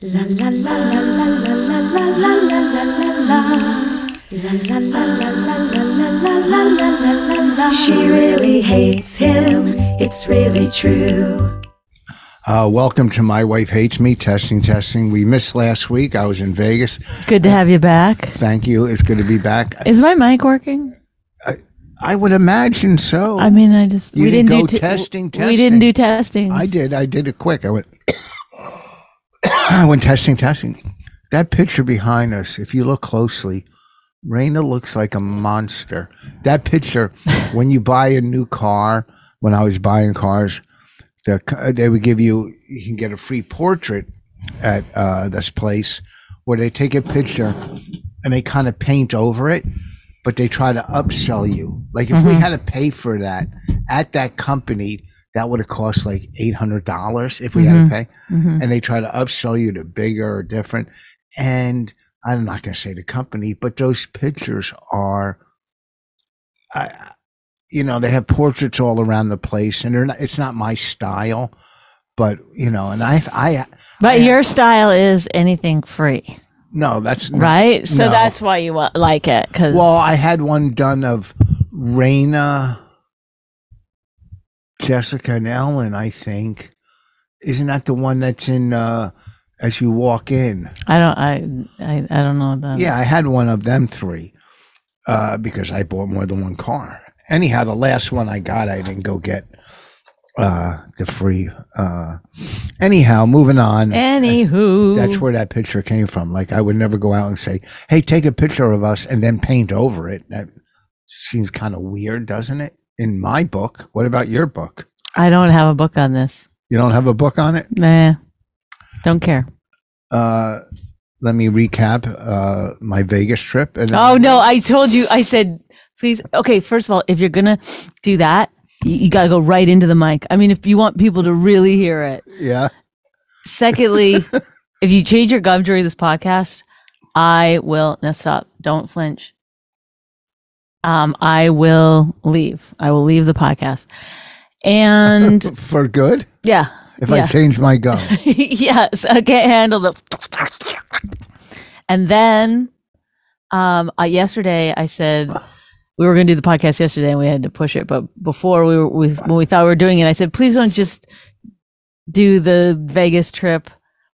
La la la la la la la la la la la la la. La la la la la la la la la la la la la. She really hates him. It's really true. Uh, welcome to My Wife Hates Me. Testing, testing. We missed last week. I was in Vegas. Good to have you back. Thank you. It's good to be back. Is my mic working? I would imagine so. I mean, I just Oh. You we didn't didn't, go do te- testing, We testing. didn't do testing. I did. I did it quick. I went. I went testing, testing. That picture behind us. If you look closely, Raina looks like a monster. That picture. when you buy a new car, when I was buying cars, the, c- they would give you. You can get a free portrait at uh, this place where they take a picture and they kind of paint over it, but they try to upsell you. Like if we had to pay for that at that company, that would have cost like eight hundred dollars if we had to pay. Mm-hmm. And they try to upsell you to bigger or different. And I'm not going to say the company, but those pictures are, I, you know, they have portraits all around the place, and they're not. It's not my style, but you know, and I, I but your style is anything free, no, that's right? So No. that's why you wa- like it because Well, I had one done of Raina, Jessica, and Ellen. I think isn't that the one that's in uh, as you walk in? I don't. I, I I don't know that. Yeah, I had one of them three uh, because I bought more than one car. Anyhow, the last one I got, I didn't go get uh, the free. Uh, anyhow, moving on. Anywho, That's where that picture came from. Like I would never go out and say, "Hey, take a picture of us and then paint over it." That seems kind of weird, doesn't it? In my book. What about your book? I don't have a book on this. You don't have a book on it. Nah, don't care. Uh, let me recap uh, my Vegas trip. And Oh no, I told you. I said please. Okay, first of all, if you're gonna do that, you, you got to go right into the mic. I mean, if you want people to really hear it. yeah, Secondly, if you change your gum during this podcast, I will. Now stop. Don't flinch. Um, I will leave. I will leave the podcast. And for good. yeah, If I yeah, change my gum, yes, I can't handle the. And then, um, I, yesterday I said we were going to do the podcast yesterday, and we had to push it. But before we were, we when we thought we were doing it, I said, please don't just do the Vegas trip.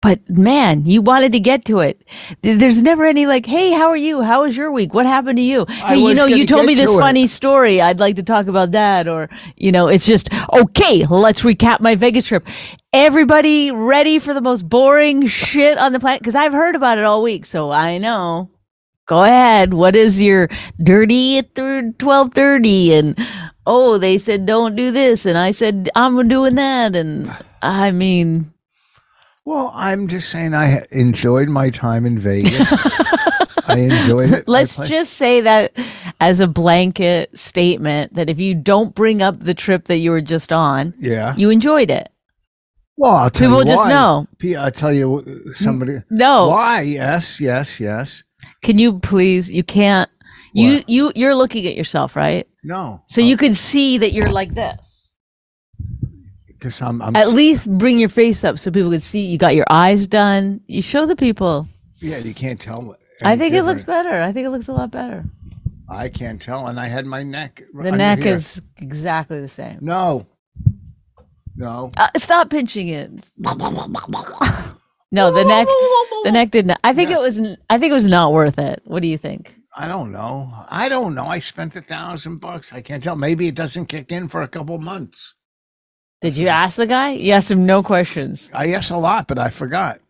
But man, you wanted to get to it. Th- There's never any like, hey, how are you? How was your week? What happened to you? Hey, you was know, gonna you told get me this to it. funny story. I'd like to talk about that. Or, you know, it's just, okay, let's recap my Vegas trip. Everybody ready for the most boring shit on the planet? Because I've heard about it all week. So I know. Go ahead. What is your dirty through 1230? And, oh, they said, don't do this. And I said, I'm doing that. And I mean, well, I'm just saying I enjoyed my time in Vegas. I enjoyed it. I Let's played- just say that as a blanket statement that if you don't bring up the trip that you were just on, yeah. you enjoyed it. Well, I'll tell People you just why. know. P- I'll tell you uh, somebody. No. Why? Yes, yes, yes. Can you please you can't you What? you you're looking at yourself, right? No. So you can see that you're like this. Because I'm, I'm At least bring your face up so people can see you got your eyes done. You show the people. yeah, you can't tell. I any think it looks different. better. I think it looks a lot better. I can't tell, and I had my neck. r- The under neck here. is exactly the same. No. No. Uh, stop pinching it. no, the neck. The neck did not. I think it was. I think it was not worth it. What do you think? I don't know. I don't know. I spent a thousand bucks. I can't tell. Maybe it doesn't kick in for a couple months. Did you ask the guy? You asked him no questions. I asked a lot, but I forgot.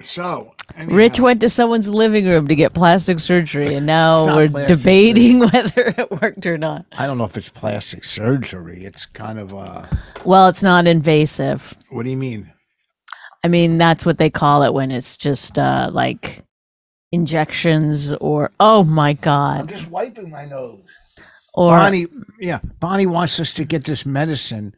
So anyhow, Rich went to someone's living room to get plastic surgery, and It's now not we're plastic debating whether it worked or not. I don't know if it's plastic surgery. It's kind of uh. Well, it's not invasive. What do you mean? I mean, that's what they call it when it's just uh, like injections or oh my I'm god just wiping my nose. or Bonnie, yeah, Bonnie wants us to get this medicine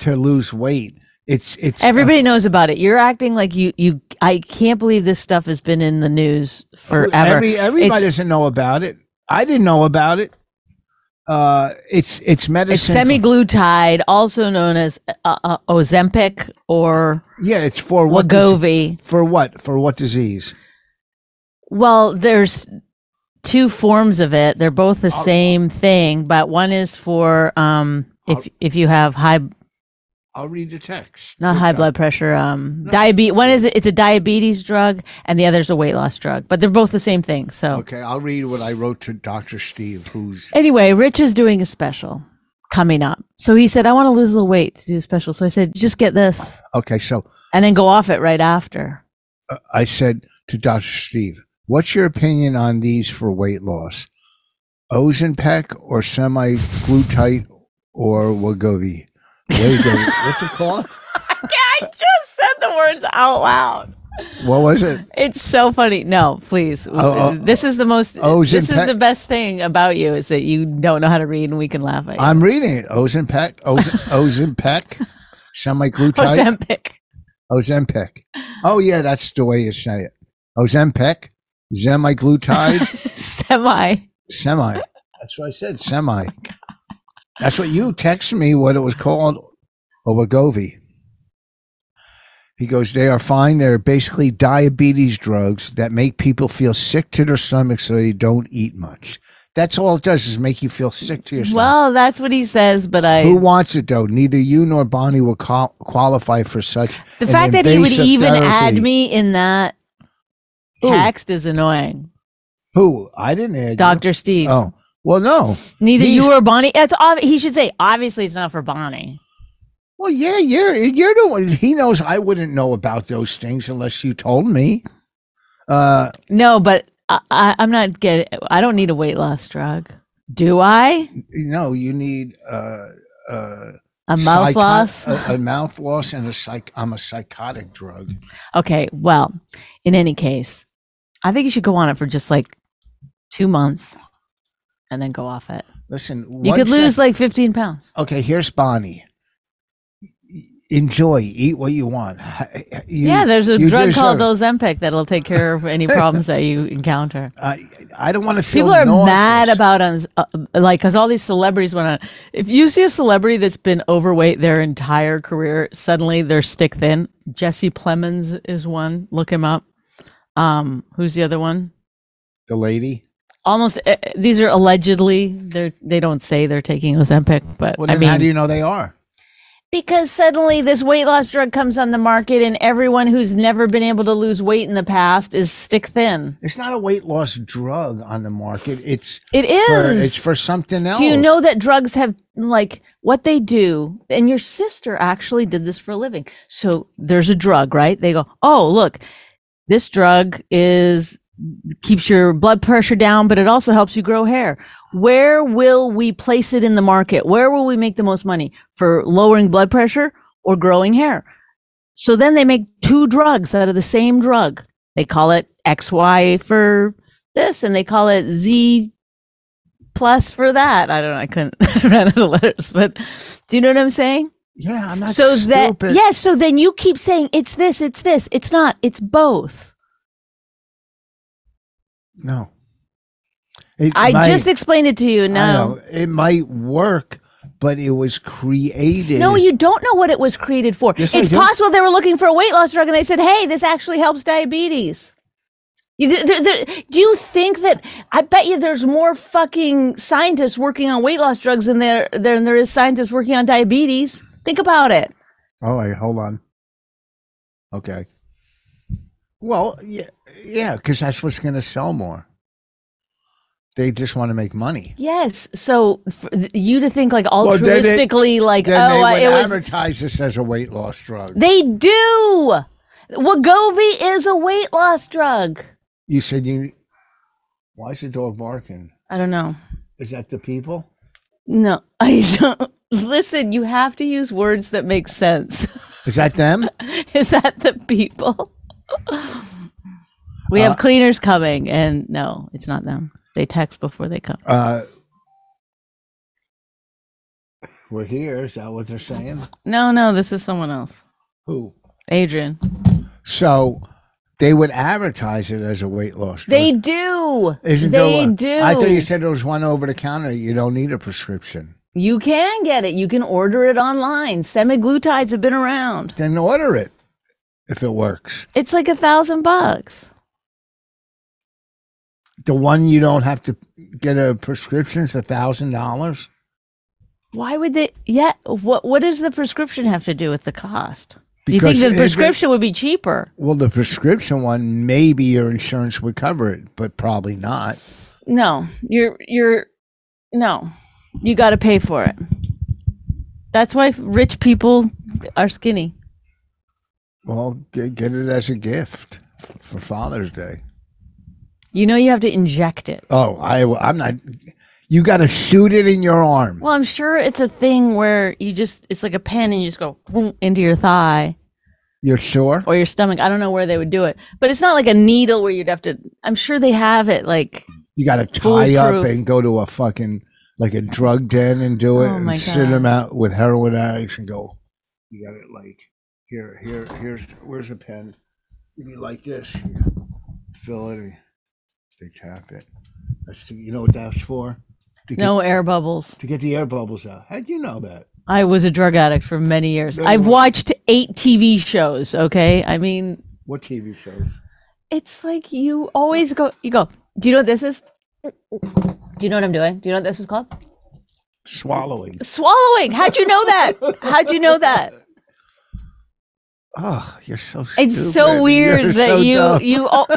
to lose weight. It's it's uh, Everybody knows about it. You're acting like you you. I can't believe this stuff has been in the news forever. Every, everybody It's- doesn't know about it. I didn't know about it. uh, it's it's medicine. It's for- semaglutide, also known as uh, uh, Ozempic or yeah, it's for what? dis- Wegovy. for what? For what disease? Well, there's two forms of it. They're both the same thing, but one is for um, if if you have high I'll read the text. not high blood pressure, um, diabetes. One is it's a diabetes drug, and the other's a weight loss drug. But they're both the same thing. So Okay, I'll read what I wrote to Doctor Steve, who's anyway, Rich is doing a special coming up. So he said, "I want to lose a little weight to do a special." So I said, "Just get this, okay. So and then go off it right after." I said to Doctor Steve, "What's your opinion on these for weight loss? Ozenpec or semi-glutite or Wegovy? Wegovy. What's it called? I just said the words out loud. What was it? It's so funny. No, please. Oh, oh. this is the most. Oh, this Zinpec- is the best thing about you is that you don't know how to read, and we can laugh at you. I'm reading it. Ozenpec, Ozen, Ozenpec, semi-glutite, Ozempic. Ozempic. Oh yeah, that's the way you say it. Ozempic, semi-glutide, Semi. semi. That's what I said. Semi. That's what you texted me. What it was called, or Wegovy. He goes, they are fine. They're basically diabetes drugs that make people feel sick to their stomach, so they don't eat much. That's all it does is make you feel sick to your stomach. Well, that's what he says, but I. Who wants it though? Neither you nor Bonnie will qual- qualify for such. the an fact that he would invasive even therapy. add me in that Who? text is annoying. Who? I didn't add you. Doctor Steve. Oh well, no. Neither he's- you or Bonnie. That's ob- he should say. Obviously, it's not for Bonnie. Well, yeah, you're you're the one. He knows I wouldn't know about those things unless you told me. Uh, No, but I, I, I'm not getting. I don't need a weight loss drug. Do I? no, you need uh, uh, A mouth psycho- loss. a, a mouth loss, and a psych. I'm a psychotic drug. Okay, well, in any case, I think you should go on it for just like two months and then go off it. Listen, You could lose like 15 pounds. okay, here's Bonnie. Enjoy, eat what you want. You- yeah, there's a you drug deserve called it. Ozempic that'll take care of any problems that you encounter. I I don't want to feel. People are nauseous. mad about on uh, like because all these celebrities went on. If you see a celebrity that's been overweight their entire career, suddenly they're stick thin. Jesse Plemons is one. Look him up. Um, who's the other one? the lady. almost uh, these are allegedly they're they don't say they're taking ozempic but Well, i then how mean do you know they are? because suddenly this weight loss drug comes on the market and everyone who's never been able to lose weight in the past is stick thin It's not a weight loss drug on the market. It's it for, is it's for something else. do you know that drugs have like what they do and your sister actually did this for a living so there's a drug right they go oh look this drug is keeps your blood pressure down but it also helps you grow hair where will we place it in the market where will we make the most money for lowering blood pressure or growing hair so then they make two drugs out of the same drug they call it xy for this and they call it z plus for that. I don't know. I couldn't I ran out of letters, but do you know what I'm saying? Yeah, I'm not so stupid. that yes. So then you keep saying it's this, it's this, it's not, it's both. No. It I might- just explained it to you. I No, know, it might work, but it was created. no, you don't know what it was created for. Yes, I it's do. possible they were looking for a weight loss drug and they said, "Hey, this actually helps diabetes." You- th- th- th- Do you think that? I bet you there's more fucking scientists working on weight loss drugs than there than there is scientists working on diabetes. Think about it. All right, Oh, hold on. Okay. Well, yeah, yeah, because that's what's going to sell more. They just want to make money. Yes. So for th- you to think like Well, then it- altruistically, like oh, Then they I, would it was. advertise this as a weight loss drug. They do. Wegovy is a weight loss drug. you said you. Why is the dog barking? I don't know. Is that the people? No, I don't. Listen, you have to use words that make sense. Is that them? is that the people? we have Uh, cleaners coming, and no, it's not them. They text before they come. Uh, we're here. Is that what they're saying? No, no, this is someone else. Who? Adrian. So They would advertise it as a weight loss drug. They do. Isn't there they one- do. I thought you said there was one over the counter. You don't need a prescription. You can get it. You can order it online. Semaglutides have been around. Then order it if it works. It's like a thousand bucks. The one you don't have to get a prescription is a thousand dollars. Why would they? Yeah. What What does the prescription have to do with the cost? Do you Because think if it- the prescription would be cheaper? Well, the prescription one, maybe your insurance would cover it, but probably not. No. You're you're no. You got to pay for it. That's why rich people are skinny. Well, get, get it as a gift f- for Father's Day. You know you have to inject it. Oh, I, I'm not. You got to shoot it in your arm. Well, I'm sure it's a thing where you just it's like a pen and you just go boom, into your thigh You're sure? or your stomach. I don't know where they would do it, but it's not like a needle where you'd have to. I'm sure they have it like You got to tie up Foolproof. and go to a fucking like a drug den and do it Oh, my and sit God. them out with heroin addicts and go. You got it like here, here, here's where's the pen? You be like this. Fill it. And they tap it. That's the, you know what that's for? To get, no air bubbles. to get the air bubbles out. How'd you know that? I was a drug addict for many years. No, you I've weren't. watched eight TV shows. Okay, I mean What TV shows? it's like you always go. You go. Do you know what this is? Do you know what I'm doing? Do you know what this is called? Swallowing. Swallowing. How'd you know that? How'd you know that? Oh, you're so stupid. It's so weird You're that so you dumb. you. All,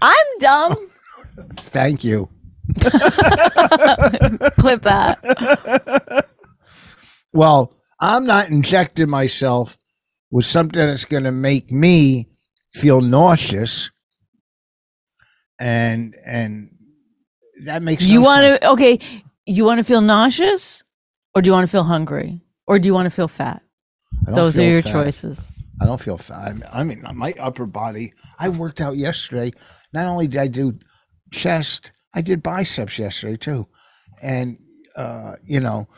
I'm dumb. Thank you. clip that. well, I'm not injecting myself with something that's going to make me feel nauseous, and and that makes you no want sense. to okay? You want to feel nauseous, or do you want to feel hungry, or do you want to feel fat? I don't Those are feel your fat. choices. I don't feel fat. I mean- I mean, my upper body. I worked out yesterday. Not only did I do chest, I did biceps yesterday too, and uh, you know,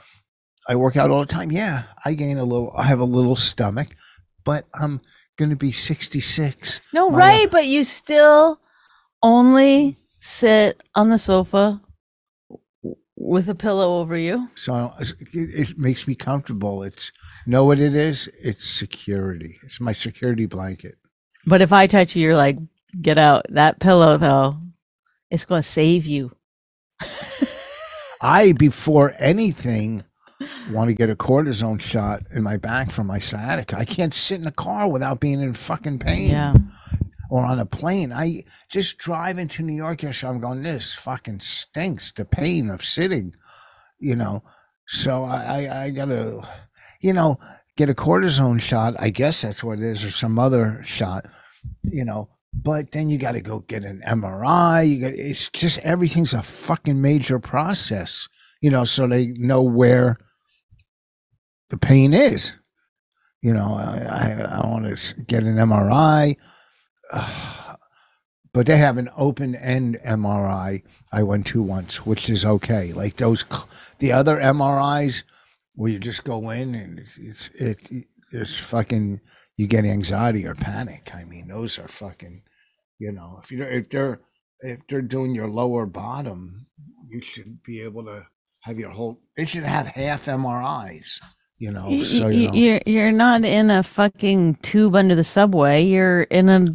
I work out all the time. Yeah, I gain a little. I have a little stomach, but I'm going to be 66. No, My- right? But you still only sit on the sofa w- with a pillow over you. So it, it makes me comfortable. It's know what it is. It's security. It's my security blanket. But if I touch you, you're like, get out. That pillow, though, it's going to save you. I before anything want to get a cortisone shot in my back from my sciatica. I can't sit in a car without being in fucking pain. Yeah. Or on a plane. I just drive into New York yesterday. I'm going. This fucking stinks. The pain of sitting. You know. So I I, I gotta, you know, get a cortisone shot. I guess that's what it is, or some other shot. You know. But then you got to go get an MRI. You got it's just everything's a fucking major process, you know. So they know where the pain is. You know, I I, I want to get an MRI, Ugh. but they have an open end MRI. I went to once, which is okay. Like those, cl- the other MRIs where you just go in and it's it's it, it's fucking you get anxiety or panic. I mean, those are fucking, you know, if you if they're if they're doing your lower bottom, you should be able to have your whole. They should have half MRIs. You know, Y- Oh, so y- you know. you're, you're not in a fucking tube under the subway. You're in a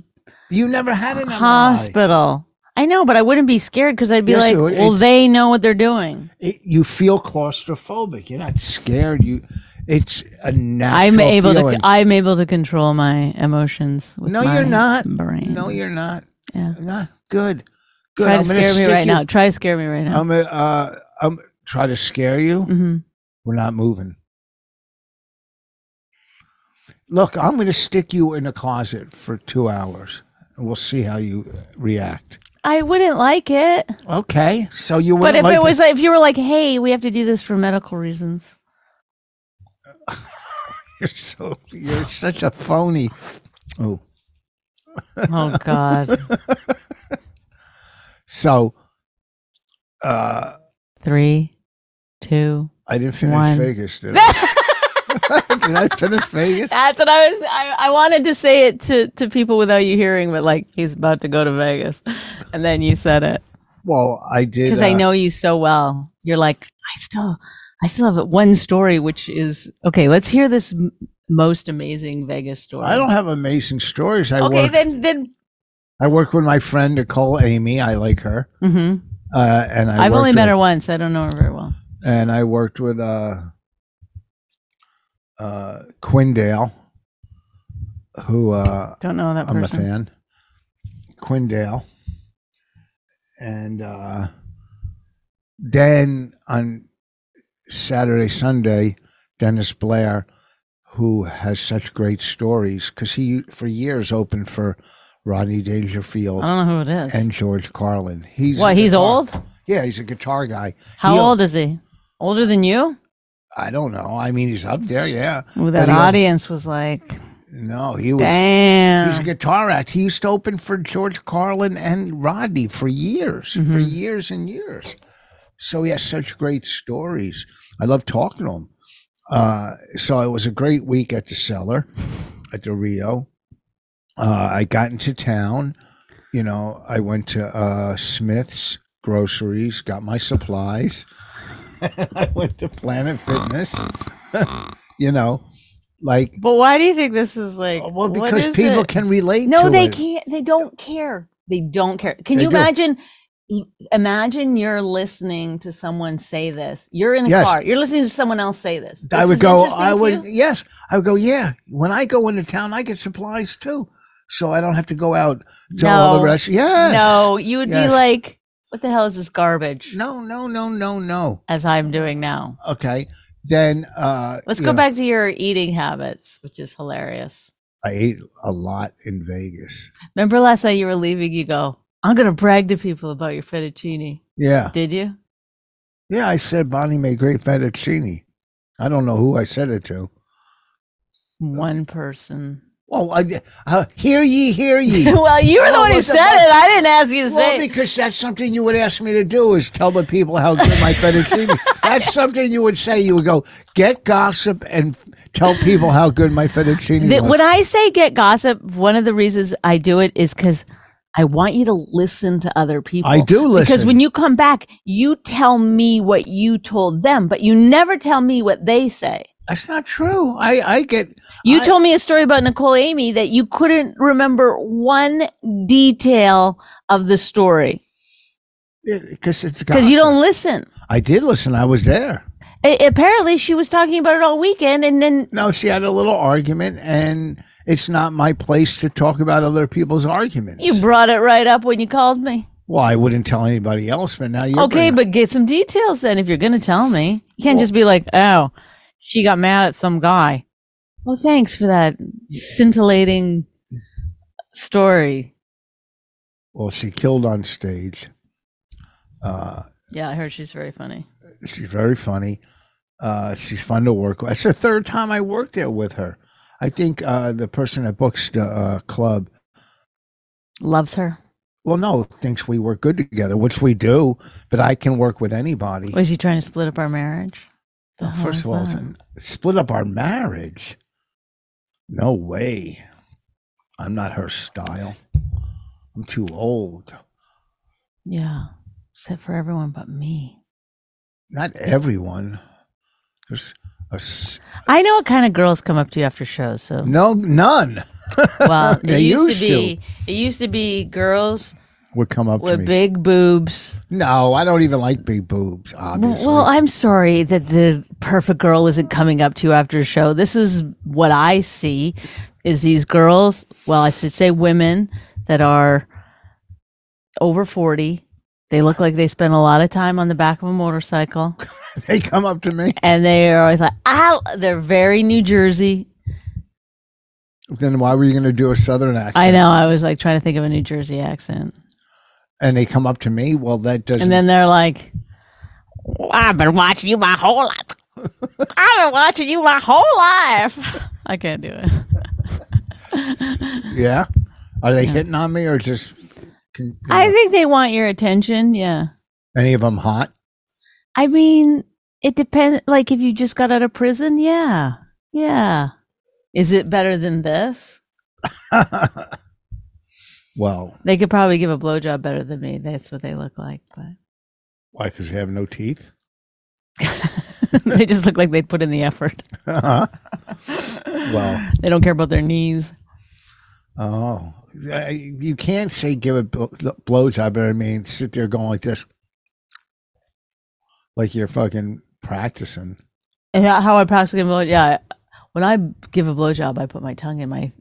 You never had an MRI. hospital. I know, but I wouldn't be scared because I'd be Yes, like, you would. well, It's- they know what they're doing. It, you feel claustrophobic. You're not scared. You, it's a natural. I'm able feeling. to. I'm able to control my emotions. With No, my you're not. Brain. no, you're not. Yeah. Not good. Good. Try I'm to gonna scare me stick right you- now. Try to scare me right now. I'm. A, uh, I'm try to scare you. hmm We're not moving. Look, I'm going to stick you in a closet for two hours, and we'll see how you react. I wouldn't like it. Okay. So you would. But if it was, like, if you were like, hey, we have to do this for medical reasons. you're so you're such a phony. Oh. Oh God. So, uh, Three, two. I didn't finish One. Vegas, did I? Did I finish Vegas? That's what I was. I, I wanted to say it to, to people without you hearing, but like he's about to go to Vegas, and then you said it Well, I did. because I uh, know you so well. You're like I still I still have one story, which is okay. Let's hear this m- most amazing Vegas story. I don't have amazing stories. I okay, work. then then I work with my friend Nicole Amy. I like her. hmm Uh, and I I've only worked met with- her once. I don't know her very well. and I worked with uh, uh, Quindale, who uh, Don't know that I'm a person. fan. Quindale, and uh, then on Saturday, Sunday, Dennis Blair, who has such great stories, because he for years opened for Rodney Dangerfield I don't know who it is. and George Carlin. He's a Oh. what? He's guitar- old. Yeah, he's a guitar guy. How He'll- old is he? Older than you? I don't know. I mean, he's up there, yeah. Ooh, that he'll- audience was like, No, he was. damn. He's a guitar act. He used to open for George Carlin and Rodney for years, Mm-hmm. for years and years. So he has such great stories. I love talking to him. Uh, so it was a great week at the cellar, at the Rio. Uh, I got into town. You know, I went to uh, Smith's groceries, got my supplies. I went to Planet Fitness. you know, like But why do you think this is like? well, what because is people it? can relate. No, to they it. can't. They don't care. They don't care. Can They you do. imagine? y- Imagine you're listening to someone say this. You're in a Yes. car. You're listening to someone else say this. I This would is go. interesting I to would you? yes. I would go. Yeah. When I go into town, I get supplies too, so I don't have to go out to all No. the rest. Yes. No, you would Yes. be like, "What the hell is this garbage?" No. No. No. No. No. As I'm doing now. Okay. Then uh, Let's you go know, back to your eating habits, which is hilarious. I ate a lot in Vegas. Remember last night you were leaving? You go, "I'm gonna brag to people about your fettuccine." Yeah. Did you? Yeah. I said Bonnie made great fettuccine. I don't know who I said it to. One person. Well, I, uh, hear ye, hear ye. well, you were the Well, one who what the said it. fuck? I didn't ask you to say. Well, it. because that's something you would ask me to do is tell the people how good my fettuccine. that's something you would say. You would go get gossip and f- tell people how good my fettuccine Th- was. when I say get gossip, one of the reasons I do it is because I want you to listen to other people. I do listen Because when you come back, you tell me what you told them, but you never tell me what they say. that's not true. I I get You I- told me a story about Nicole Amy that you couldn't remember one detail of the story because it's because you gossip. don't listen. I did listen. I was there. A- apparently, she was talking about it all weekend, and then No, she had a little argument, and it's not my place to talk about other people's arguments. you brought it right up when you called me. well, I wouldn't tell anybody else, but now you're Okay, bringing- but get some details then if you're going to tell me. You can't just be like, oh, she got mad at some guy. Well, thanks for that scintillating story. well, she killed on stage. Uh, Yeah, I heard she's very funny. She's very funny. Uh, she's fun to work with. It's the third time I worked there with her. I think uh, the person that books the uh, club, Loves her. well, no, thinks we work good together, which we do. But I can work with anybody. Was she trying to split up our marriage? The Well, hell First is of all, it's- that? split up our marriage. No way. I'm not her style. I'm too old. yeah, except for everyone but me. Not everyone. There's a s- I know what kind of girls come up to you after shows. So no none well, it They used used, to to. be it used to be girls would come up to with me. big boobs. no, I don't even like big boobs. Well, Obviously. well, I'm sorry that the perfect girl isn't coming up to you after a show. This is what I see is these girls, well, I should say women that are over 40. They look like they spend a lot of time on the back of a motorcycle they come up to me. and they are always like, "Ow!" they're very New Jersey. Then why were you going to do a southern accent? I know. I was like trying to think of a New Jersey accent. And they come up to me. Well, that doesn't. And then they're like, "Well, I've been watching you my whole life. I've been watching you my whole life. I can't do it. yeah, are they hitting on me or just? Can, you I know, think they want your attention. Yeah. any of them hot? I mean, it depends. Like, if you just got out of prison, yeah. Yeah. Is it better than this? well, They could probably give a blowjob better than me. That's what they look like, but why? Because they have no teeth. they just look like they put in the effort. well, they don't care about their knees. oh, I- you can't say give a bl- blowjob. but I mean, sit there going like this, like you're fucking practicing. And how- how I practice giving a blow? Yeah, I- when I give a blowjob, I put my tongue in my.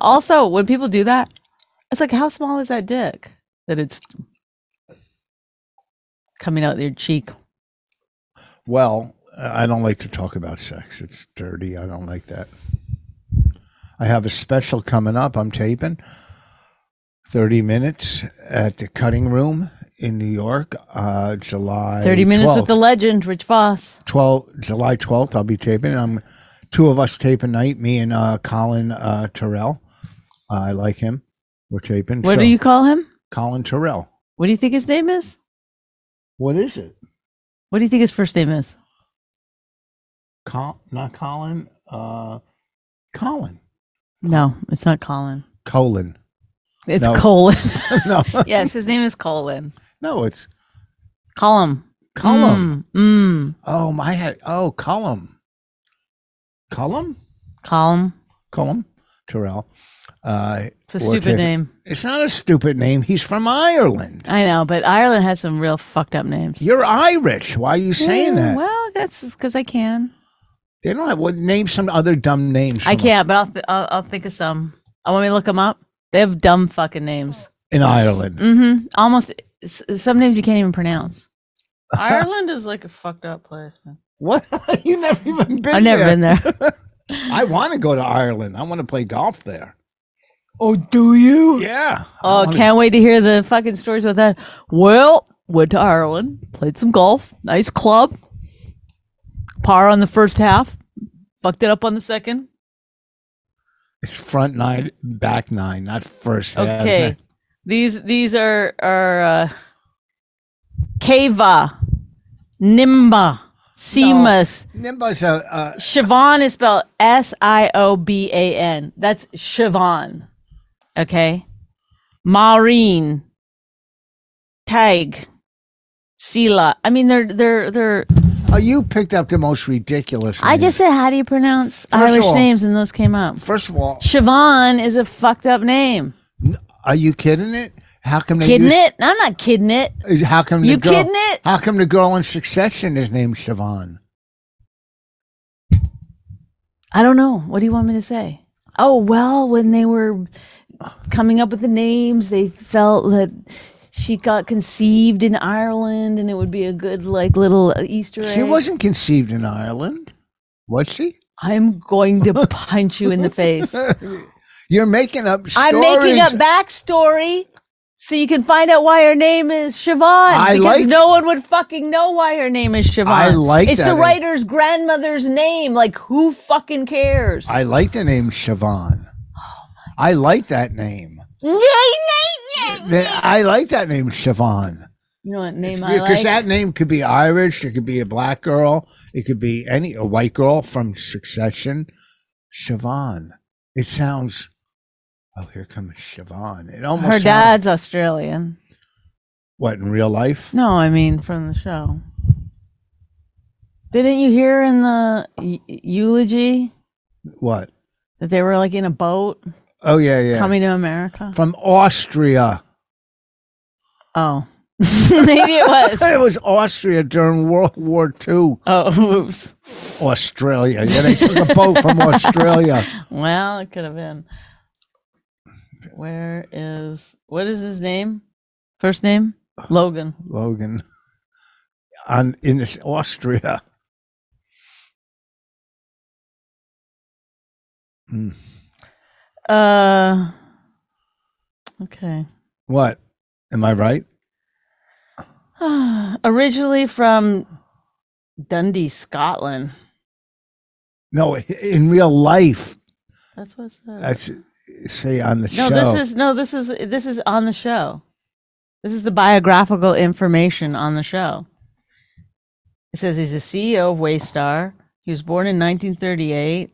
Also, when people do that, it's like, how small is that dick that it's coming out your cheek? Well, I don't like to talk about sex. It's dirty. I don't like that. I have a special coming up. I'm taping 30 minutes at the cutting room in New York, uh, July Thirty minutes with 12th. the legend, Rich Voss. 12 July 12th. I'll be taping. I'm two of us taping night, me and uh, Colin uh, Terrell. I like him. We're taping. What So, do you call him? Colin Terrell. What do you think his name is? What is it? What do you think his first name is? Col- not Colin. Uh, Colin. No, it's not Colin. Colin. It's No. Colin. no. yes, his name is Colin. No, it's Colin. Colum. Mm. mm. Oh, my head. Oh, Column. Column? Colum. Column. Terrell. Uh, It's a Or stupid Tiff- name. it's not a stupid name. He's from Ireland. I know, but Ireland has some real fucked up names. You're Irish. Why are you saying Yeah, that? Well, that's because I can. They don't have what name some other dumb names. I from- can't, but I'll, th- I'll I'll think of some. I want me to look them up. They have dumb fucking names. in Ireland. Mm-hmm. Almost s- some names you can't even pronounce. Ireland is like a fucked up place, man. What? you never even been I've never there. been there. I want to go to Ireland. I want to play golf there. Oh, do you? Yeah. I Oh, wanna- can't wait to hear the fucking stories about that. Well, went to Ireland, played some golf, nice club, par on the first half, fucked it up on the second. It's front nine, back nine, not first. half. Okay, these these are are uh, Kava, Nimba, Seamus. Nimba's a, a Siobhan is spelled S I O B A N. That's Siobhan. Okay. Maureen. Tag. Sila. I mean, they're, they're, they're. Oh, you picked up the most ridiculous. I names. just said, how do you pronounce of Irish all- names? And those came up. First of all, Siobhan is a fucked up name. are you kidding it? How come they Kidding use- it? I'm not kidding it. is- How come the You girl, kidding it? How come the girl in Succession is named Siobhan? I don't know. What do you want me to say? Oh, well, when they were coming up with the names, they felt that she got conceived in Ireland and it would be a good, like, little Easter egg. She wasn't conceived in Ireland, was she? I'm going to punch you in the face. You're making up. Stories. I'm making up backstory so you can find out why her name is Siobhan. I because like- no one would fucking know why her name is Siobhan. I like It's that. the writer's grandmother's name. Like, who fucking cares? I like the name Siobhan. Oh I like that name. Th- I like that name Siobhan You know what name I because like? that name could be Irish. It could be a black girl. It could be any a white girl from Succession. Siobhan. It sounds. Oh, here comes Siobhan. It almost Her sounds- dad's Australian. What in real life? No, I mean from the show. Didn't you hear in the e- eulogy What? that they were like in a boat Oh yeah, yeah. coming to America? from Austria. Oh, maybe it was. It was Austria during World War II. Oh, oops. Australia. Yeah, they took a boat from Australia. Well, it could have been. Where is what is his name? First name Logan. Logan. On in Austria. Mm. Uh, okay. What? Am I right? Originally from Dundee, Scotland. No, i- in real life. That's what's that. That's say on the show. No, this is no, this is this is on the show. This is the biographical information on the show. It says he's the CEO of Waystar. He was born in 1938,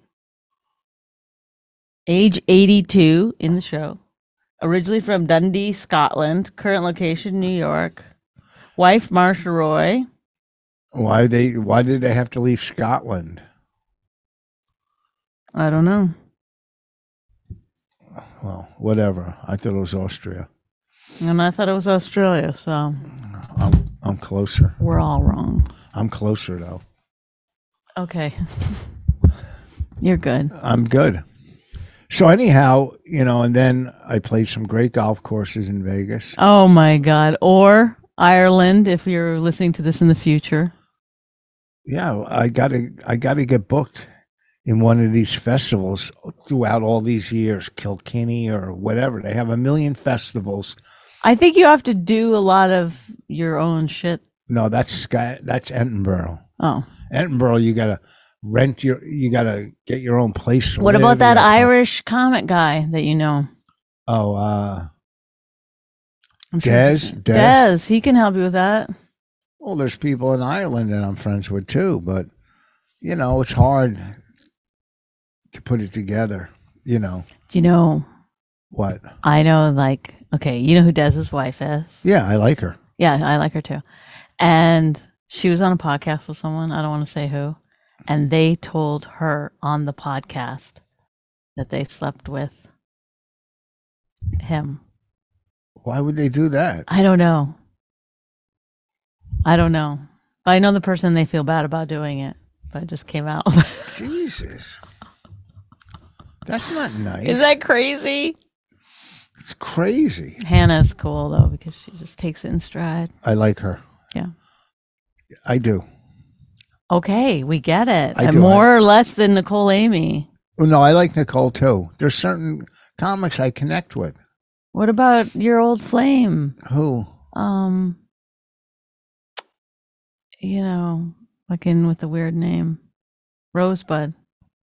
age 82 in the show. Originally from Dundee, Scotland. Current location, New York. Wife, Marsha Roy. Why they? Why did they have to leave Scotland? I don't know. Well, whatever. I thought it was Austria. And I thought it was Australia, so I'm, I'm closer. we're all wrong. I'm closer though. Okay. You're good. I'm good. So anyhow, you know, and then I played some great golf courses in Vegas. Oh my God. Or Ireland, if you're listening to this in the future. Yeah, I got to I got to get booked in one of these festivals throughout all these years, Kilkenny or whatever. They have a million festivals. I think you have to do a lot of your own shit. No, that's Sky, that's Edinburgh. Oh. Edinburgh, you got to rent your you got to get your own place. to What live, about that you gotta- Irish comic guy that you know? Oh, uh I'm sure- Dez, Dez. Dez, he can help you with that. Well, oh, there's people in Ireland that I'm friends with too, but you know, it's hard to put it together. You know You know, what? I know, like, okay, you know who Dez's wife is? Yeah, I like her. Yeah, I like her too. And she was on a podcast with someone, I don't want to say who, and they told her on the podcast that they slept with him. Why would they do that? I don't know. I don't know. But I know the person they feel bad about doing it, but it just came out. Jesus, that's not nice. Is that crazy? it's crazy. Hannah's cool though because she just takes it in stride. I like her. Yeah. I do. Okay, we get it. I And do, I- more or less than Nicole Amy. Well, no, I like Nicole too. There's certain comics I connect with. What about your old flame? Who? um you know fucking with the weird name rosebud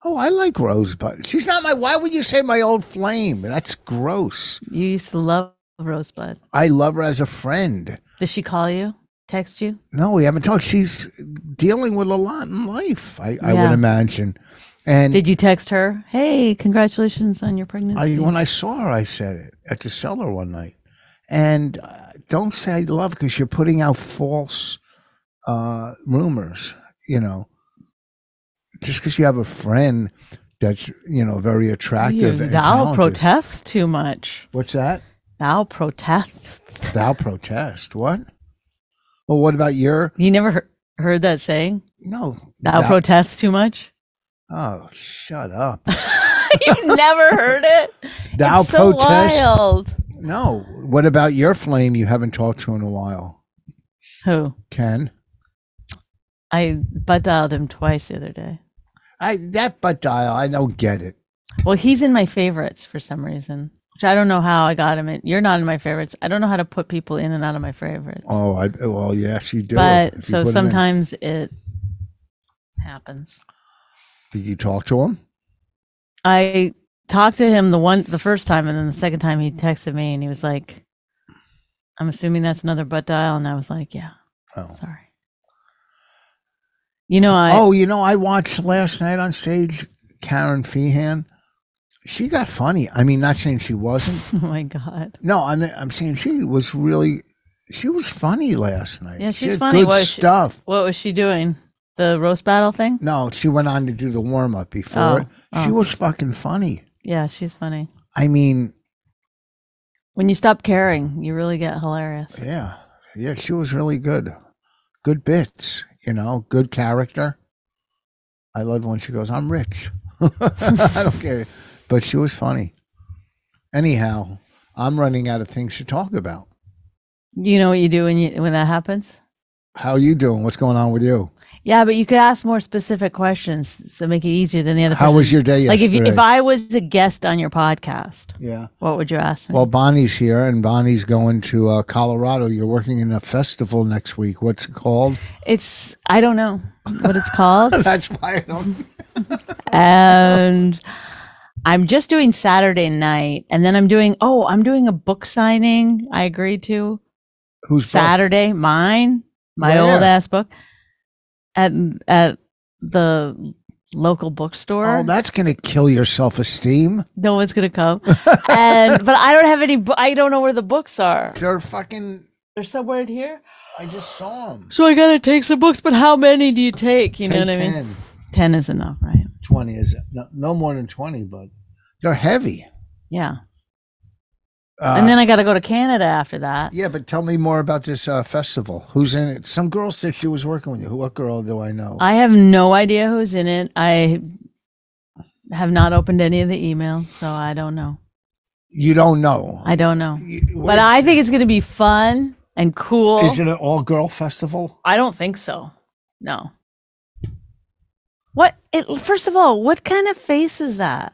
Oh, I like Rosebud. She's not my. Why would you say my old flame? That's gross. you used to love rosebud I love her as a friend. did she call you text you No, we haven't talked. She's dealing with a lot in life, I, I would Yeah. imagine. And did you text her hey congratulations on your I, pregnancy when I saw her, I said it at the cellar one night. And uh, don't say I love because you're putting out false uh, rumors, you know. Just because you have a friend that's, you know, very You- attractive. and thou talented. protest too much What's that? thou protest Thou protest. What? Well, what about your. you never heard, heard that saying No. thou, protest too much Oh, shut up. you never heard it Thou it's so protest. wild No. What about your flame you haven't talked to in a while? who Ken? i butt dialed him twice the other day I that butt dial, I don't get it. Well, he's in my favorites for some reason, which I don't know how I got him in. You're not in my favorites. I don't know how to put people in and out of my favorites. Oh, I well, yes, you do. If you but so put 'em in. sometimes it happens. did you talk to him? I talked to him the one the first time, and then the second time he texted me, and he was like, "I'm assuming that's another butt dial," and I was like, "Yeah, Oh, sorry." You know, I oh, you know, I watched last night on stage. Karen Feehan, she got funny. I mean, not saying she wasn't. oh my god, No, I'm I'm saying she was really. She was funny last night. Yeah, She she's had funny, Good was she? stuff. what was she doing? The roast battle thing? No, she went on to do the warm up Oh, before. it. She oh. was fucking funny. Yeah, she's funny. I mean, When you stop caring, you really get hilarious. Yeah. Yeah, she was really good. Good bits, you know, good character. I loved when she goes, I'm rich. I don't care. But she was funny. Anyhow, I'm running out of things to talk about. You know what you do when you when that happens? How you doing? What's going on with you? Yeah, but you could ask more specific questions to make it easier than the other How person. was your day like if yesterday? you, if I was a guest on your podcast, yeah. what would you ask me? Well, Bonnie's here, and Bonnie's going to uh, Colorado. You're working in a festival next week. What's it called? it's I don't know what it's called. That's why I don't. and I'm just doing Saturday night and then I'm doing oh, I'm doing a book signing I agreed to Who's Oh, both? Saturday, mine, my Where? old ass book. at at the local bookstore. Oh, that's going to kill your self esteem. no one's gonna come. and but I don't have any. bo- I don't know where the books are. They're fucking. They're somewhere in here. I just saw them. So I gotta take some books. But how many do you take? You know what I mean. 10, Ten is enough, right? 20 is no, no more than 20, but they're heavy. Yeah. Uh, and then I gotta go to Canada after that. yeah, but tell me more about this uh, festival. Who's in it? Some girl said she was working with you. Who? What girl do I know? I have no idea who's in it. I have not opened any of the emails, so I don't know. you don't know. I don't know. You- what But I is- think it's gonna be fun and cool. is it an all girl festival? I don't think so. No. What? It, first of all, what kind of face is that?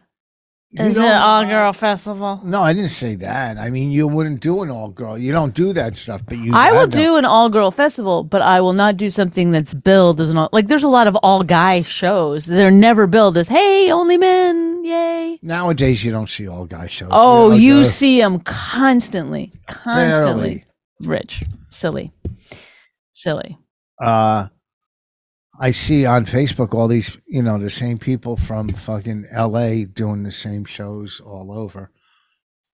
You Is it don't all know. girl festival? No, I didn't say that. I mean, you wouldn't do an all girl. You don't do that stuff, but you. I will have done- do an all girl festival, but I will not do something that's billed as an all. Like, there's a lot of all guy shows that are never billed as, hey, only men, yay. Nowadays, you don't see all guy shows. Oh, They're- you they're see them constantly, constantly. barely. Rich, silly, silly. Uh, I see on Facebook all these, you know, the same people from fucking L.A. doing the same shows all over.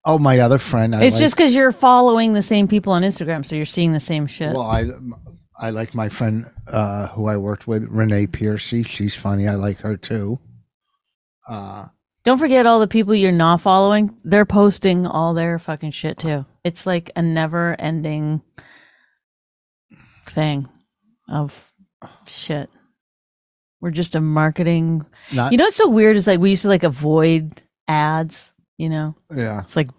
Oh, my other friend. I it's like- just because you're following the same people on Instagram, so you're seeing the same shit. Well, I I like my friend uh, who I worked with, Renee Piercy. She's funny. I like her too. Uh, Don't forget all the people you're not following. They're posting all their fucking shit too. It's like a never ending thing of shit. We're just a marketing. not You know what's so weird is like we used to like avoid ads, you know? yeah. It's like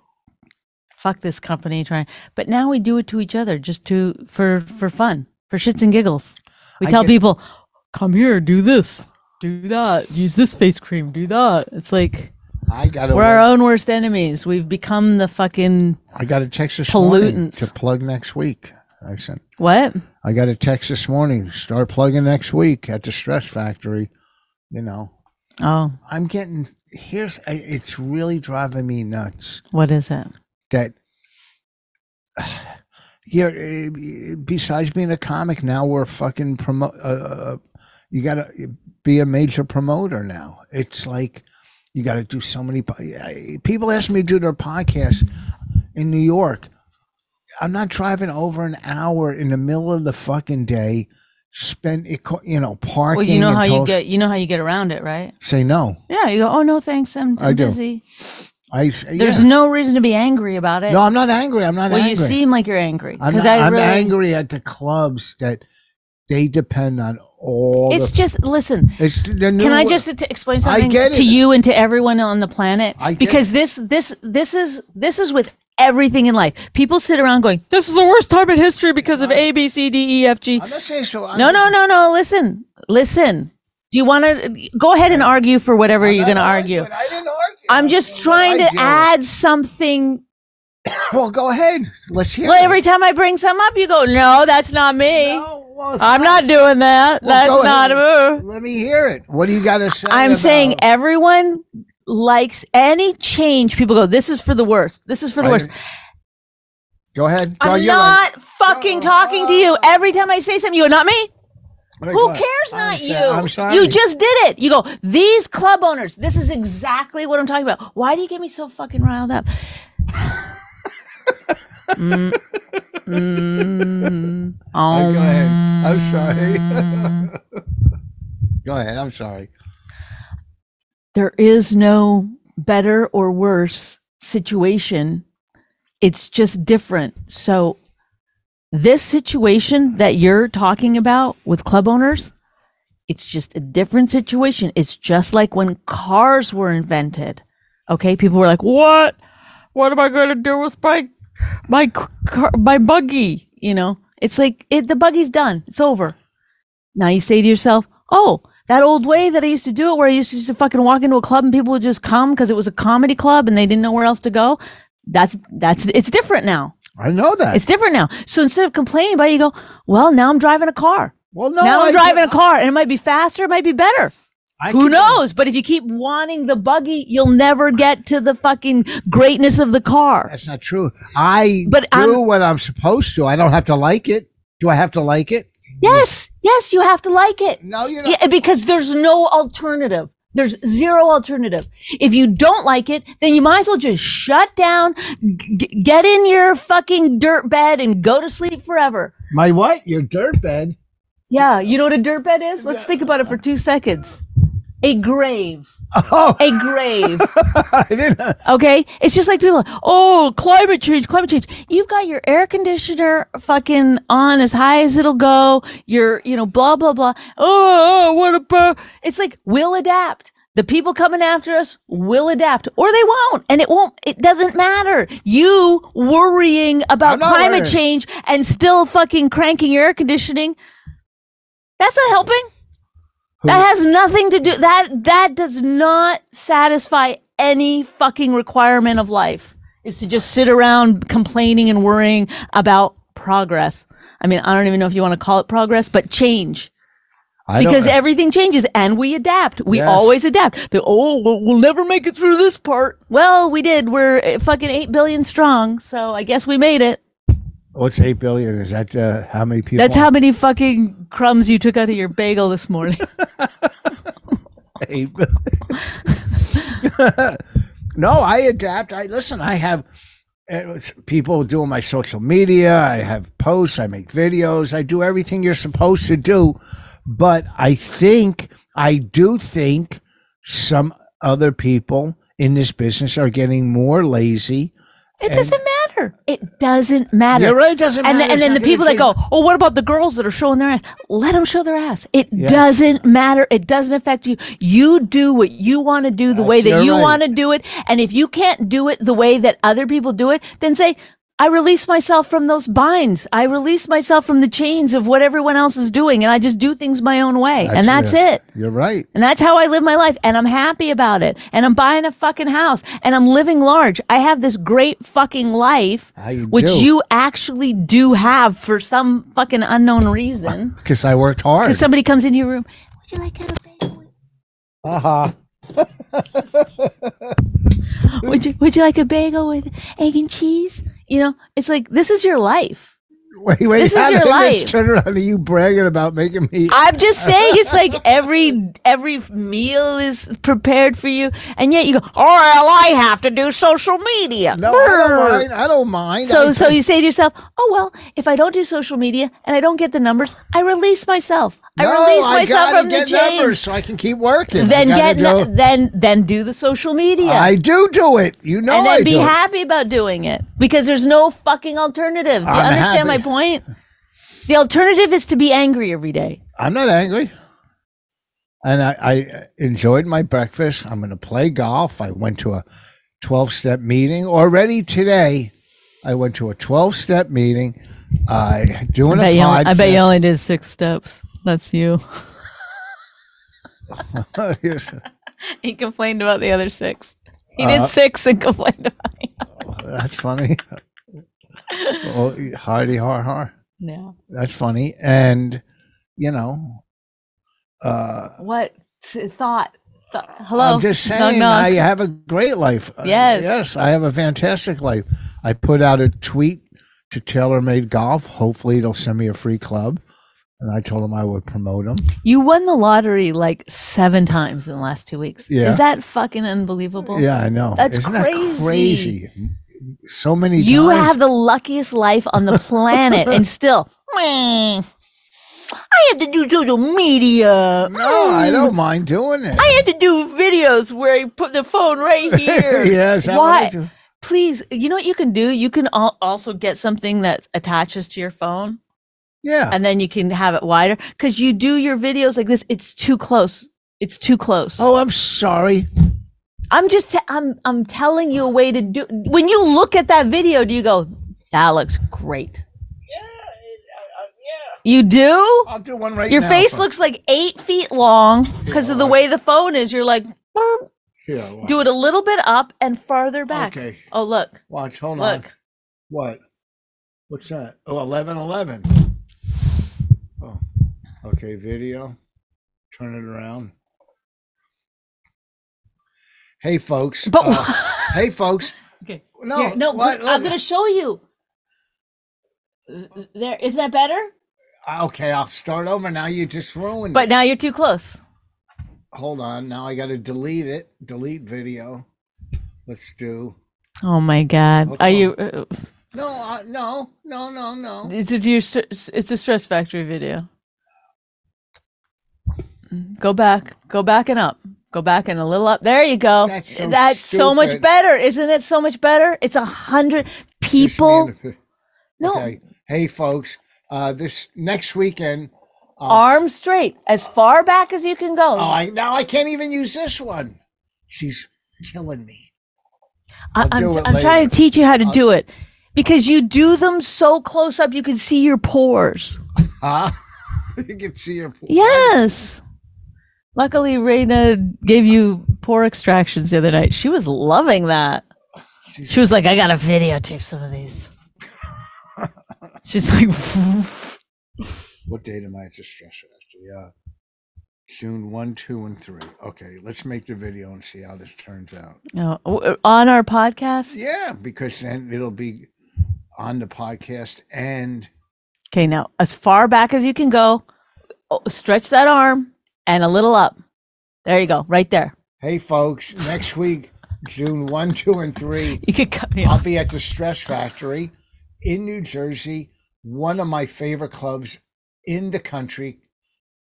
fuck this company trying. But now we do it to each other just to for for fun, for shits and giggles. We I tell get- people, "Come here, do this, do that, use this face cream, do that." It's like I got we're our own worst enemies. We've become the fucking I got a text this morning pollutants. to plug next week. I said what? I got a text this morning. Start plugging next week at the Stress Factory. You know, Oh, I'm getting here's I- it's really driving me nuts what is it? that here eh, besides being a comic now we're fucking promote uh, uh, you got to be a major promoter now. It's like you got to do so many po- I- people ask me to do their podcast in New York. I'm not driving over an hour in the middle of the fucking day spend it co- you know parking Well, you know and how you tolls- get you know how you get around it, right? say no. Yeah, you go. Oh no, thanks. I'm, I I'm do. busy. I say, There's yeah. no reason to be angry about it. no, I'm not angry. I'm not well, angry. you seem like you're angry I'm, because not- I I'm really. angry at the clubs that they depend on all. It's the, just listen. it's the new, Can I just t- explain I something get to it. you and to everyone on the planet? I get because this this this is this is with everything in life. People sit around going, "This is the worst time in history because of A, B, C, D, E, F, G." I'm not saying so. I'm No, just- no, no, no. Listen, listen. Do you want to go ahead and argue for whatever you're going to I'm not argue? arguing. I didn't argue. I'm saying just what trying I to did. add something. Well, go ahead. Let's hear. Well, it. every time I bring something up, you go, "No, that's not me. No, well, it's I'm not doing that. Well, that's go not ahead. me." Let me hear it. What do you got to say? I'm about- saying everyone likes any change. People go, "This is for the worst. This is for the I- worst." Go ahead. Go, I'm you're right. not fucking talking to you. Every time I say something, you go, "Not me." All right, Who go ahead. cares? I'm Not so- you. I'm sorry. You just did it. You go, these club owners, this is exactly what I'm talking about. Why do you get me so fucking riled up? Mm, mm, All right, go ahead. I'm um, sorry. go ahead. I'm sorry. there is no better or worse situation. It's just different. So, this situation that you're talking about with club owners, it's just a different situation. It's just like when cars were invented. Okay, people were like, "What? What am I going to do with my my c- car, my buggy?" You know, it's like it, the buggy's done. It's over. Now you say to yourself, "Oh, that old way that I used to do it, where I used to, used to fucking walk into a club and people would just come because it was a comedy club and they didn't know where else to go." That's that's it's different now. I know that. It's different now. So instead of complaining about it, you go, "Well, now I'm driving a car. well, no. now I'm I driving get- a car, and it might be faster, it might be better." I Who can- knows? But if you keep wanting the buggy, you'll never get to the fucking greatness of the car. That's not true. I But um, do I'm- what I'm supposed to. I don't have to like it. Do I have to like it? Yes, yes, you have to like it. No, you don't. Yeah, because there's no alternative. There's zero alternative. If you don't like it, then you might as well just shut down, g- get in your fucking dirt bed and go to sleep forever. My what? Your dirt bed? Yeah, you know what a dirt bed is? Let's think about it for two seconds. A grave. Oh, A grave. I didn't. Okay. It's just like people, oh, climate change, climate change. You've got your air conditioner fucking on as high as it'll go. You're, you know, blah, blah, blah. Oh, oh, what a, bur-" it's like, we'll adapt. The people coming after us will adapt or they won't. And it won't, it doesn't matter. You worrying about I'm not climate worrying. change and still fucking cranking your air conditioning. That's not helping. That has nothing to do that that does not satisfy any fucking requirement of life. Is to just sit around complaining and worrying about progress. I mean, I don't even know if you want to call it progress, but change. I don't- Because everything changes and we adapt. We Yes. always adapt. The oh, we'll, we'll never make it through this part. Well, we did. We're uh, fucking 8 billion strong, so I guess we made it. what's eight billion? Is that uh, how many people? That's how many fucking crumbs you took out of your bagel this morning. Eight billion. no, I adapt. I listen. I have it was people doing my social media. I have posts. I make videos. I do everything you're supposed to do. But I think I do think some other people in this business are getting more lazy. It doesn't matter. It doesn't matter. You're right. It doesn't and matter. then, and It's then the not gonna people that go, change. oh, what about the girls that are showing their ass? Let them show their ass. It doesn't matter. It doesn't affect you. You do what you want to do the way that you're you right. want to do it. And if you can't do it the way that other people do it, then say, I release myself from those binds. I release myself from the chains of what everyone else is doing, and I just do things my own way. and that's it. You're right. And that's how I live my life. And I'm happy about it. And I'm buying a fucking house and I'm living large. I have this great fucking life, Ah, you which do. you actually do have for some fucking unknown reason. Because I worked hard. Because somebody comes into your room, would you like to have a bagel? Uh-huh. Would you, would you like a bagel with egg and cheese? You know, it's like, this is your life. Wait, wait. This is how your did life. This turn around to you bragging about making me. I'm just saying, it's like every every meal is prepared for you, and yet you go, "Oh, well, I have to do social media." no, I Brr. don't mind. I don't mind. So, I so you say to yourself, "Oh well, if I don't do social media and I don't get the numbers, I release myself. I No, release I myself gotta from the get numbers chains. so I can keep working. Then I gotta get do, nu- then then do the social media, I do do it. You know and then I be do. it. happy about doing it because there's no fucking alternative. Do you I'm understand my happy. point? The alternative is to be angry every day. I'm not angry. And I, I enjoyed my breakfast. I'm going to play golf. I went to a 12 step meeting already today. I went to a 12 step meeting. I doing a podcast. did six steps. That's you. Yes. He complained about the other six. He Uh-huh. did six and complained about it. That's funny. oh, hardy har har. Yeah. That's funny. And you know, uh, What t- thought? Th- hello. I'm just Knock, saying, knock. I have a great life. Uh, Yes. yes, I have a fantastic life. I put out a tweet to TaylorMade Golf. Hopefully, they'll send me a free club. And I told them I would promote them. You won the lottery like seven times in the last two weeks. Yeah. Is that fucking unbelievable? Yeah, I know. That's Isn't that crazy. crazy? So many. You times. have the luckiest life on the planet, and still, "Meh, I have to do social media. No, I don't mind doing it. I have to do videos where I put the phone right here. Yes, that what I Why? do? Please, you know what you can do? You can al- also get something that attaches to your phone, Yeah. and then you can have it wider because you do your videos like this. It's too close. It's too close. oh, I'm sorry. I'm just t- I'm I'm telling you a way to do. When you look at that video, do you go, "That looks great"? You do. I'll do one right Your now. face looks like eight feet long because of the way the phone is. You're like, "Burp." Here, wa- do it a little bit up and farther back. Okay. Oh look, Watch. Hold on. look. What? What's that? Oh, 11 11. Oh, okay. Video. Turn it around. Hey, folks. But uh, hey, folks. Okay. No, Here, no, what- I'm look. gonna show you. There is that better? Okay, I'll start over. Now you just ruined But now you're too close. it. Hold on. Now I got to delete it. Delete video. Let's do. Oh my God. Are you? Uh, No, uh, no, no, no, no. it's a your, str- it's a stress factory video. Go back. Go back and up. Go back and a little up. There you go. That's so so much stupid. better, isn't it? So much better. It's a hundred Just people. me and- No, Okay. Hey, folks. Uh, this next weekend. arms straight, as far back as you can go. Oh, I now I can't even use this one. She's killing me. I, I'll I'm, do it I'm trying later. to teach you how to do it because you do them so close up you can see your pores. Huh? you can see her. Yes. Luckily, Raina gave you pore extractions the other night. She was loving that. She was like, I got to videotape some of these. She's like, What date am I at the stress factor? Yeah. June 1, 2, and 3. Okay, let's make the video and see how this turns out. No, w- on our podcast. Yeah, because then it'll be on the podcast and Okay, now as far back as you can go, oh, stretch that arm and a little up. There you go, right there. hey folks, next week, June 1, 2, and 3, You could cut me off. I'll be at the Stress Factory in New Jersey, one of my favorite clubs in the country.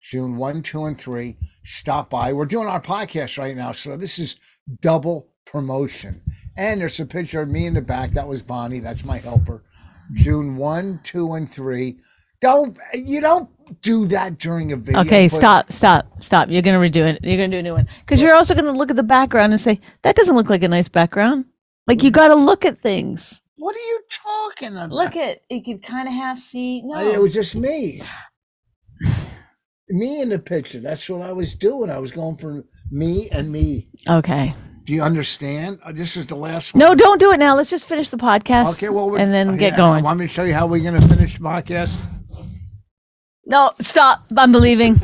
June 1, 2, and 3. Stop by. We're doing our podcast right now. So this is double promotion. And there's a picture of me in the back. That was Bonnie. That's my helper. June 1, 2, and 3. Don't you don't do that during a video. Okay, but- stop, stop, stop. You're gonna redo it. You're gonna do a new one because you're also gonna look at the background and say that doesn't look like a nice background. Like you gotta look at things. What are you talking about? Look at you can kind of half see. No, I- It was just me. me in the picture. That's what I was doing. I was going for me and me. okay. Do you understand? Uh, This is the last one. No, don't do it now. Let's just finish the podcast. Okay, well, we're- and then okay, get going. Want me to show you how we're going to finish the podcast? No, stop. I'm leaving.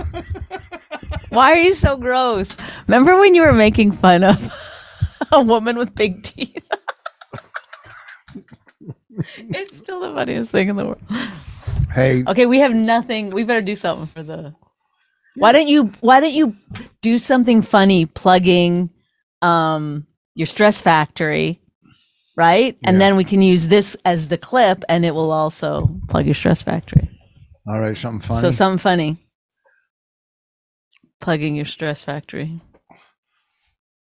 Why are you so gross? Remember when you were making fun of a woman with big teeth? it's still the funniest thing in the world. Hey, Okay, we have nothing. We better do something for the. Why don't you? Why don't you do something funny? Plugging, um, your stress factory, right? And then we can use this as the clip, and it will also plug your stress factory. all right, something funny. So something funny. Plugging your stress factory.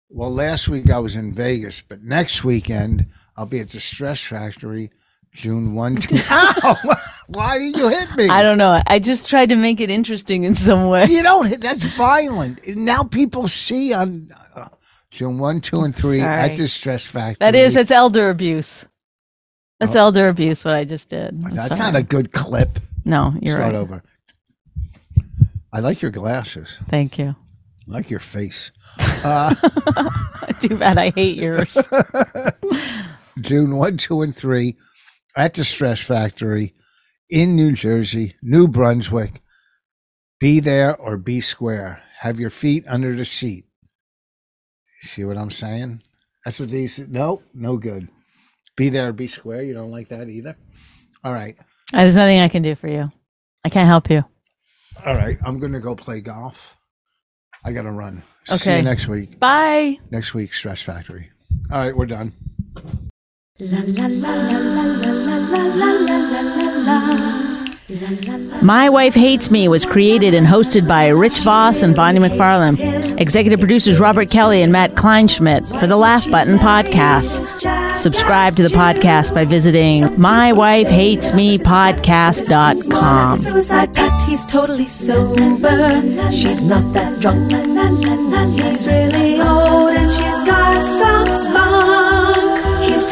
well, last week I was in Vegas, but next weekend I'll be at the Stress Factory, June one. two- Ow! Why did you hit me? I don't know. I just tried to make it interesting in some way. You don't hit. That's violent. Now people see on uh, June one, two, and three Sorry. at the Stress Factory. That is, that's elder abuse. That's elder abuse. What I just did. I'm That's sorry. not a good clip. No, you're Start right. over. I like your glasses. Thank you. I like your face. Uh, Too bad I hate yours. June 1, 2, and 3 at the Stress Factory in New Jersey, New Brunswick. Be there or be square. Have your feet under the seat. See what I'm saying? That's what these. No, no good. Be there or be square. You don't like that either. All right. Uh, There's nothing I can do for you. I can't help you. All right. I'm going to go play golf. I got to run. See Okay. you next week. Bye. next week stress factory all right we're done La la la la la la la la la la la la la la la My Wife Hates Me was created and hosted by Rich Voss and Bonnie McFarlane. Executive producers Robert Kelly and Matt Kleinschmidt for the Laugh Button podcast. Subscribe to the podcast by visiting mywifehatesmepodcast.com. Suicide pact, he's totally sober. She's not that drunk. He's really old and she's got some spunk. He's